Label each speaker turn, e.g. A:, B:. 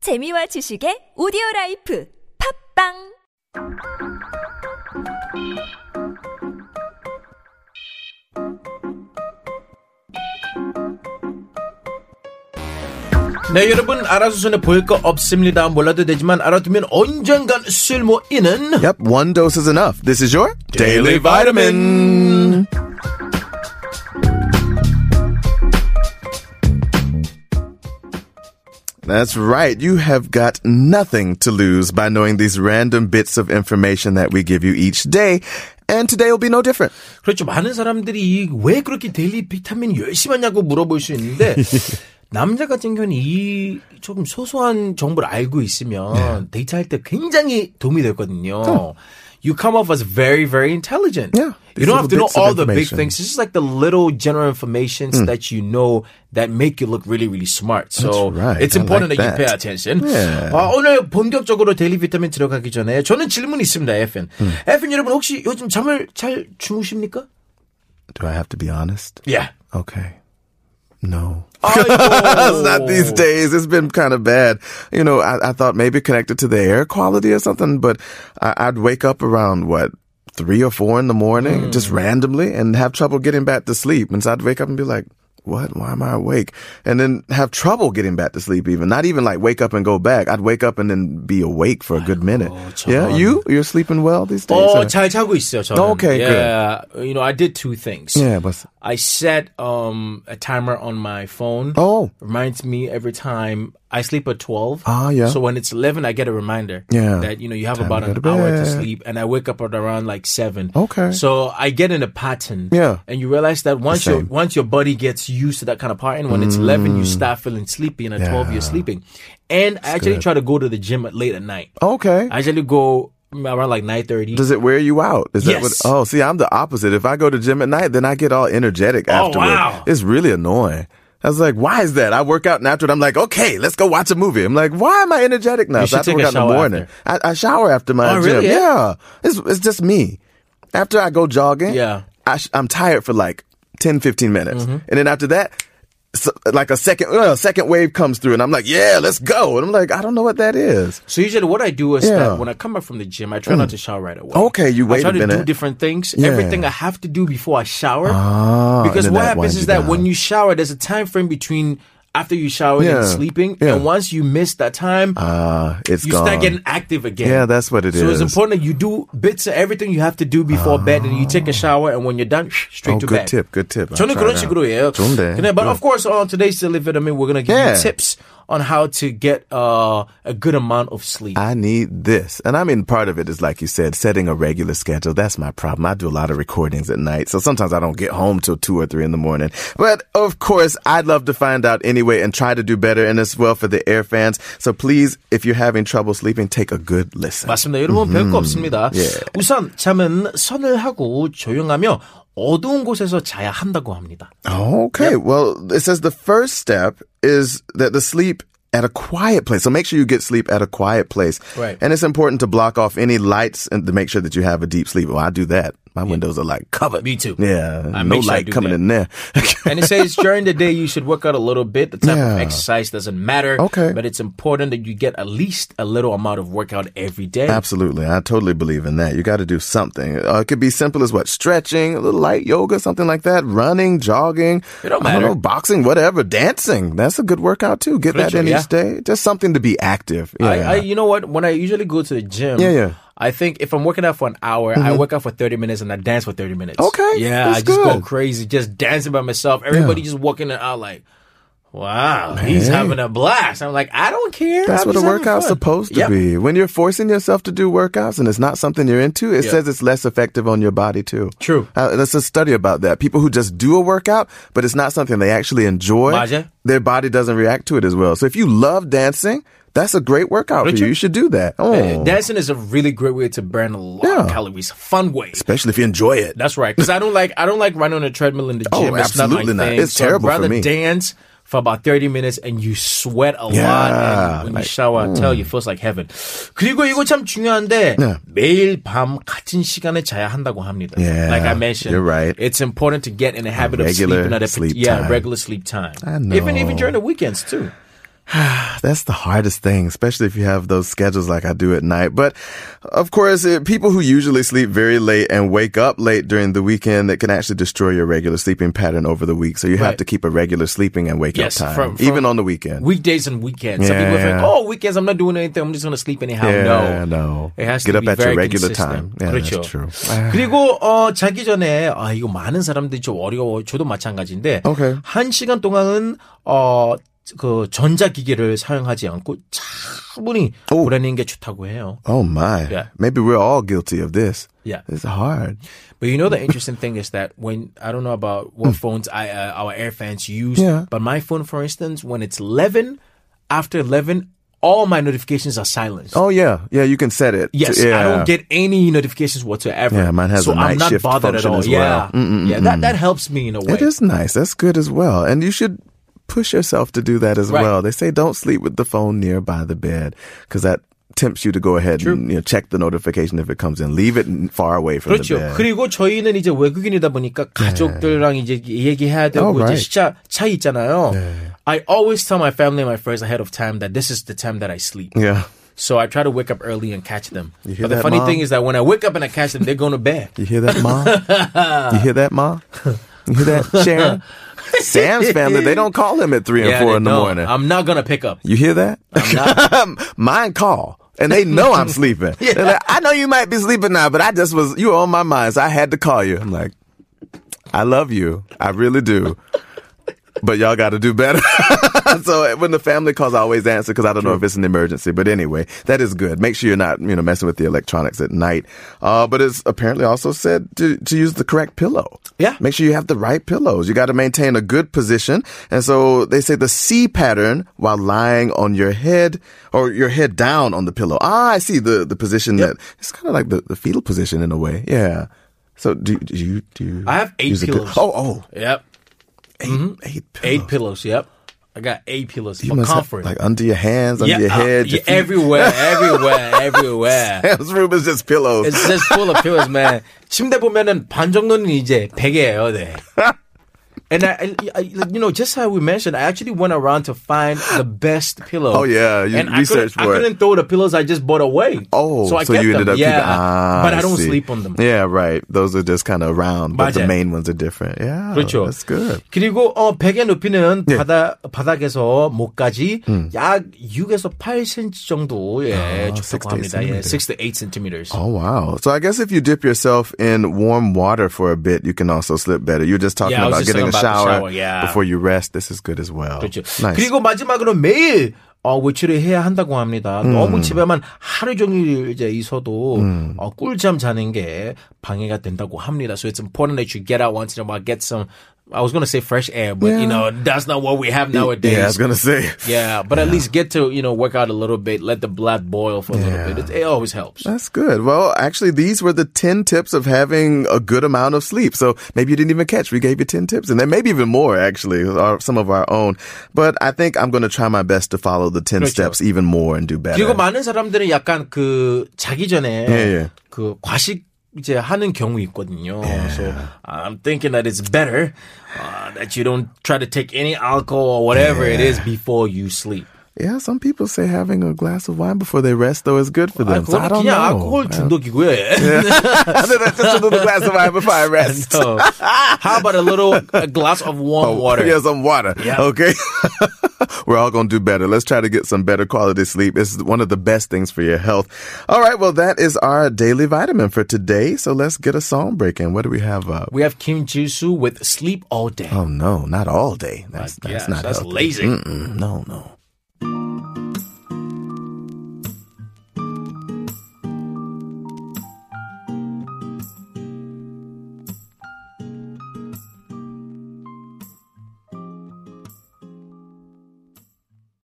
A: 재미와 지식의 오디오 라이프 팝빵
B: 네 여러분 알아서 손에 보일 거 없습니다 몰라도 되지만 알아두면 언젠간 쓸모 있는
C: Yep, one dose is enough. This is your
B: Daily Vitamin.
C: That's right. You have got nothing to lose by knowing these random bits of information that we give you each day. And today will be no different.
B: 그렇죠 많은 사람들이 이왜 그렇게 데일리 비타민 열심히 하냐고 물어볼 수 있는데 남자 같은 경우는 이 조금 소소한 정보를 알고 있으면
C: 네.
B: 데이트할 때 굉장히 도움이 되거든요 You come off as very, very intelligent.
C: 어. Yeah.
B: You don't have to know
C: These little bits of
B: all the big
C: information. Mm.
B: things. It's just like the little general informations that you know that make you look really, really smart. So
C: That's right.
B: it's
C: I
B: important
C: like
B: that you pay
C: that.
B: attention.
C: 네.
B: 아, 오늘 본격적으로 데일리 비타민 들어가기 전에 저는 질문이 있습니다, FN.
C: 음.
B: FN 여러분 혹시 요즘 잠을 잘 주무십니까?
C: Do I have to be honest?
B: Yeah.
C: Okay. No.
B: 아이고.
C: It's not these days. It's been kind of bad. You know, I, I thought maybe connected to the air quality or something, but I, I'd wake up around what? Three or four in the morning, just randomly, and have trouble getting back to sleep. And so I'd wake up and be like, what? Why am I awake? And then have trouble getting back to sleep even. Not even like wake up and go back. I'd wake up and then be awake for a good minute. Yeah, you? You're sleeping well these days?
B: 어,
C: or-
B: 잘 자고 있어요, 저는.
C: Okay, good. 예.
B: yeah. You know, I did two things.
C: yeah, but
B: I set um a timer on my phone.
C: Oh.
B: Reminds me every time I sleep at 12.
C: Ah, yeah.
B: So when it's 11, I get a reminder.
C: Yeah.
B: That, you know, you have
C: Time
B: about
C: to go
B: an
C: to
B: hour to
C: bed.
B: sleep and I wake up at around like 7.
C: Okay.
B: So I get in a pattern.
C: Yeah.
B: And you realize that once your
C: same. Mm.
B: once your body gets used to that kind of pattern, when it's 11, you start feeling sleepy and at 12, you're sleeping. And I actually try to go to the gym at late at night.
C: okay.
B: I usually go around like 9.30.
C: Does it wear you out? Is that what?
B: Yes.
C: Oh, see, I'm the opposite. If I go to gym at night, then I get all energetic afterward.
B: Oh, wow.
C: It's really annoying. I was like, why is that? I work out and after it, I'm like, okay, let's go watch a movie. I'm like, why am I energetic now?
B: You
C: So I have to
B: should
C: work
B: take a
C: out in the
B: shower
C: morning. I, I shower after my
B: Oh,
C: gym.
B: really?
C: Yeah. It's, it's just me. After I go jogging,
B: Yeah. Mm-hmm.
C: I sh- I'm tired for like 10, 15 minutes. And then after that, so, like a second, uh, second wave comes through and I'm like, yeah, let's go. And I'm like, I don't know what that is.
B: So usually, what I do is
C: Yeah. Mm.
B: that when I come back from the gym, I try not to shower right away.
C: Okay, you wait
B: I try
C: a
B: to do
C: minute.
B: different things.
C: Yeah.
B: Everything I have to do before I shower,
C: Ah,
B: because
C: and then
B: what
C: that
B: happens
C: winds
B: is
C: you
B: that
C: down.
B: when you shower, there's a time frame between after you shower and
C: Yeah.
B: sleeping,
C: Yeah.
B: and once you miss that time,
C: Uh, it's
B: you
C: gone.
B: start getting active again.
C: Yeah, that's what it
B: so
C: is.
B: it's
C: Ah.
B: important that you do bits of everything you have to do before bed, and you take a shower, and when you're done, straight
C: Oh,
B: to
C: good
B: bed.
C: tip, good tip. I'll
B: 저는
C: try
B: 그런
C: it out.
B: 식으로 해요.
C: 좋은데.
B: 근데 but
C: Good.
B: of course on today's delivery, I mean, we're gonna give
C: Yeah.
B: you tips on how to get uh, a good amount of sleep.
C: I need this. And I mean, part of it is, like you said, setting a regular schedule. That's my problem. I do a lot of recordings at night. So sometimes I don't get home till two or three in the morning. But of course, I'd love to find out anyway and try to do better. And as well for the air fans. So please, if you're having trouble sleeping, take a good listen.
B: 맞습니다. 여러분
C: Mm-hmm.
B: 별거 없습니다. 우선 잠은 선을 하고 조용하며 어두운 곳에서 자야 한다고 합니다.
C: Oh, Okay. Well, it says the first step is that the sleep at a quiet place. So make sure you get sleep at a quiet place.
B: Right.
C: And it's important to block off any lights and to make sure that you have a deep sleep. Well, I do that. My windows are like covered.
B: Me too.
C: Yeah.
B: I
C: no
B: make sure I
C: light
B: do
C: coming
B: that.
C: in there.
B: And it says during the day you should work out a little bit. The type of
C: Yeah.
B: exercise doesn't matter.
C: Okay.
B: But it's important that you get at least a little amount of workout every day.
C: Absolutely. I totally believe in that. You got to do something. Uh, it could be simple as what? Stretching, a little light yoga, something like that, running, jogging,
B: It don't
C: I don't
B: matter.
C: know, boxing, whatever, dancing. That's a good workout too. Get that
B: Good,
C: in
B: yeah.
C: each day. Just something to be active.
B: I, I,
C: Yeah.
B: you know what? When I usually go to the gym,
C: Yeah, yeah.
B: I think if I'm working out for an hour, I work out for 30 minutes and I dance for 30 minutes.
C: Okay,
B: Yeah, I
C: that's
B: just go
C: good.
B: crazy, just dancing by myself. Everybody just walking in and out like, wow, he's having a blast. I'm like, I don't care.
C: That's
B: I'm
C: what a
B: just having
C: workout's
B: fun.
C: supposed to
B: Yep.
C: be. When you're forcing yourself to do workouts and it's not something you're into, it
B: Yeah.
C: says it's less effective on your body too.
B: True.
C: Uh, there's a study about that. People who just do a workout, but it's not something they actually enjoy,
B: 맞아.
C: their body doesn't react to it as well. So if you love dancing, that's a great workout for
B: Richard?
C: you. You should do that. Oh.
B: Uh, Dancing is a really great way to burn a lot of
C: Yeah.
B: calories. Fun way.
C: Especially if you enjoy it.
B: That's right. Because I don't like I don't like running on a treadmill in the
C: Oh,
B: gym. it's not my
C: absolutely not.
B: thing.
C: It's
B: so
C: terrible
B: I'd
C: for
B: rather
C: me.
B: dance for about 30 minutes and you sweat a lot.
C: Yeah,
B: And when you
C: like, mm.
B: shower, I tell you, it feels like heaven. 그리고 이거 참 중요한데 매일 밤 같은 시간에 자야 한다고 합니다.
C: Yeah,
B: like I mentioned,
C: you're right.
B: It's important to get in the habit of
C: regular
B: sleeping at a
C: sleep
B: yeah
C: time.
B: regular sleep time.
C: I know.
B: Even even during the weekends too.
C: That's the hardest thing, especially if you have those schedules like I do at night. But of course, it, people who usually sleep very late and wake up late during the weekend, that can actually destroy your regular sleeping pattern over the week. So you
B: Right.
C: have to keep a regular sleeping and wake
B: Yes,
C: up time,
B: from- from-
C: even on the weekend.
B: Weekdays and weekends. Some
C: Yeah,
B: people think,
C: yeah.
B: oh, weekends, I'm not doing anything. I'm just going to sleep anyhow.
C: yeah,
B: no.
C: no.
B: It has to
C: Get
B: be
C: up at your
B: very
C: regular
B: consistent.
C: time. Yeah,
B: 그렇죠.
C: that's true.
B: 그리고 어 자기 전에 아 이거 많은 사람들이 좀 어려워 저도 마찬가지인데
C: Okay.
B: 한 시간 동안은 어 그 전자기기를 사용하지 않고 차분히
C: 오.
B: 보내는 게 좋다고 해요.
C: Oh my.
B: Yeah.
C: Maybe we're all guilty of this.
B: Yeah.
C: It's hard.
B: But you know the interesting thing is that when I don't know about what phones I uh, our air fans use,
C: Hmm. Yeah.
B: but my phone, for instance, when it's eleven, after eleven, all my notifications are silenced.
C: Oh yeah. Yeah, you can set it. to-
B: Yes,
C: yeah.
B: I don't get any notifications whatsoever.
C: Yeah, mine has
B: so
C: a night
B: I'm not
C: shift
B: bothered at
C: function
B: all.
C: as
B: Yeah,
C: well. Mm,
B: yeah, that that helps me in a way.
C: It is nice. That's good as well. And you should push yourself to do that as
B: Right.
C: well. They say don't sleep with the phone nearby the bed because that tempts you to go ahead and you know, check the notification if it comes in. Leave it n- far away from
B: 그렇죠.
C: the bed.
B: 그리고 저희는 이제 외국인이다 보니까 가족들랑 이제 얘기해야 되고
C: Oh,
B: 이제
C: right.
B: 시차 차이 있잖아요. I always tell my family and my friends ahead of time that this is the time that I sleep.
C: yeah.
B: So I try to wake up early and catch them.
C: You hear
B: But the
C: that,
B: funny
C: Mom?
B: thing is that when I wake up and I catch them, they're going to bed.
C: You hear that, Ma? you hear that, Ma? You hear that, Sharon? Sam's family, they don't call him at 3 and 4
B: they-
C: in the
B: no,
C: morning.
B: I'm not going to pick up.
C: You hear that? Mine call. And they know I'm sleeping. They're like, I know you might be sleeping now, but I just was, you were on my mind, so I had to call you. I'm like, I love you. I really do. But y'all got to do better. so uh, when the family calls, I always answer because I don't know if it's an emergency. But anyway, that is good. Make sure you're not, you know, messing with the electronics at night. Uh, but it's apparently also said to, to use the correct pillow.
B: Yeah.
C: Make sure you have the right pillows. You got to maintain a good position. And so they say the C pattern while lying on your head or your head down on the pillow. Ah, I see the, the position that it's kind of like the, the fetal position in a way. Yeah. So do, do you, do you?
B: I have eight
C: use a
B: pillows.
C: pill- oh, oh,
B: Yep.
C: eight, eight pillows.
B: Eight pillows. Yep. I got eight pillows.
C: You
B: for
C: must have,
B: comfort.
C: like under your hands, under
B: yeah,
C: your
B: uh,
C: head,
B: yeah,
C: your feet.
B: everywhere, everywhere, everywhere.
C: Sam's room is just pillows.
B: It's just full of pillows, man. 침대 보면은 반 정도는 이제 베개예요, 네. And I, I, I, you know, just how we mentioned, I actually went around to find the best pillow.
C: Oh, yeah, you
B: and
C: researched
B: I couldn't,
C: for
B: I
C: it.
B: couldn't throw the pillows I just bought away.
C: Oh,
B: so I
C: so
B: kept
C: you ended
B: them.
C: up
B: yeah,
C: keeping. Ah,
B: but I don't
C: see.
B: sleep on them.
C: Yeah, right. Those are just kind of round, but
B: 맞아요.
C: the main ones are different. Yeah,
B: 그렇죠.
C: That's good. 네.
B: 그리고 어 베개 높이는 바다 바닥에서 목까지
C: 음.
B: 약 6에서 8cm 정도 예 좋다고
C: 아, six to eight
B: 합니다. 예,
C: centimeters.
B: 6 to 8 centimeters.
C: Oh wow! So I guess if you dip yourself in warm water for a bit, you can also sleep better. You're just talking
B: Yeah, I was
C: about
B: just
C: getting
B: talking
C: a
B: about the
C: shower,
B: shower, yeah.
C: before you rest. This is good as well.
B: 그렇죠.
C: Nice.
B: 그리고 마지막으로 매일 어, 외출을 해야 한다고 합니다.
C: 음.
B: 너무 집에만 하루 종일 이제 있어도
C: 음.
B: 어, 꿀잠 자는 게 방해가 된다고 합니다. So it's important that you get out once in a while, get some. I was gonna say fresh air, but you know that's not what we have nowadays.
C: yeah, I was gonna say.
B: Yeah, but at least get to you know work out a little bit, let the blood boil for a
C: Yeah.
B: little bit. It, it always helps.
C: That's good. Well, actually, these were the 10 tips of having a good amount of sleep. So maybe you didn't even catch. We gave you 10 tips and then maybe even more, actually, or some of our own. But I think I'm going to try my best to follow the 10 steps even more and do better.
B: 그리고 많은 사람들은 약간 그 자기 전에
C: 네. 예, 예.
B: 그 과식 이제 하는 경우 있거든요. So I'm thinking that it's better uh, that you don't try to take any alcohol or whatever
C: 예.
B: it is before you sleep.
C: yeah, some people say having a glass of wine before they rest, though, is good for
B: 아,
C: them. so I
B: 그거는
C: don't
B: 그냥
C: know.
B: 알코올
C: 예.
B: 중독이고요. 예.
C: Just a little glass of wine before I rest.
B: So, how about a little a glass of
C: 어,
B: warm water?
C: Yeah, some water.
B: Yeah.
C: Okay. We're all going to do better. Let's try to get some better quality sleep. It's one of the best things for your health. All right. Well, that is our daily vitamin for today. So let's get a song break in. What do we have up?
B: We have Kim Jisoo with Sleep All Day.
C: 어, Oh, no, not all day. That's,
B: Yeah,
C: that's not
B: that's
C: healthy.
B: lazy.
C: Mm, No, no.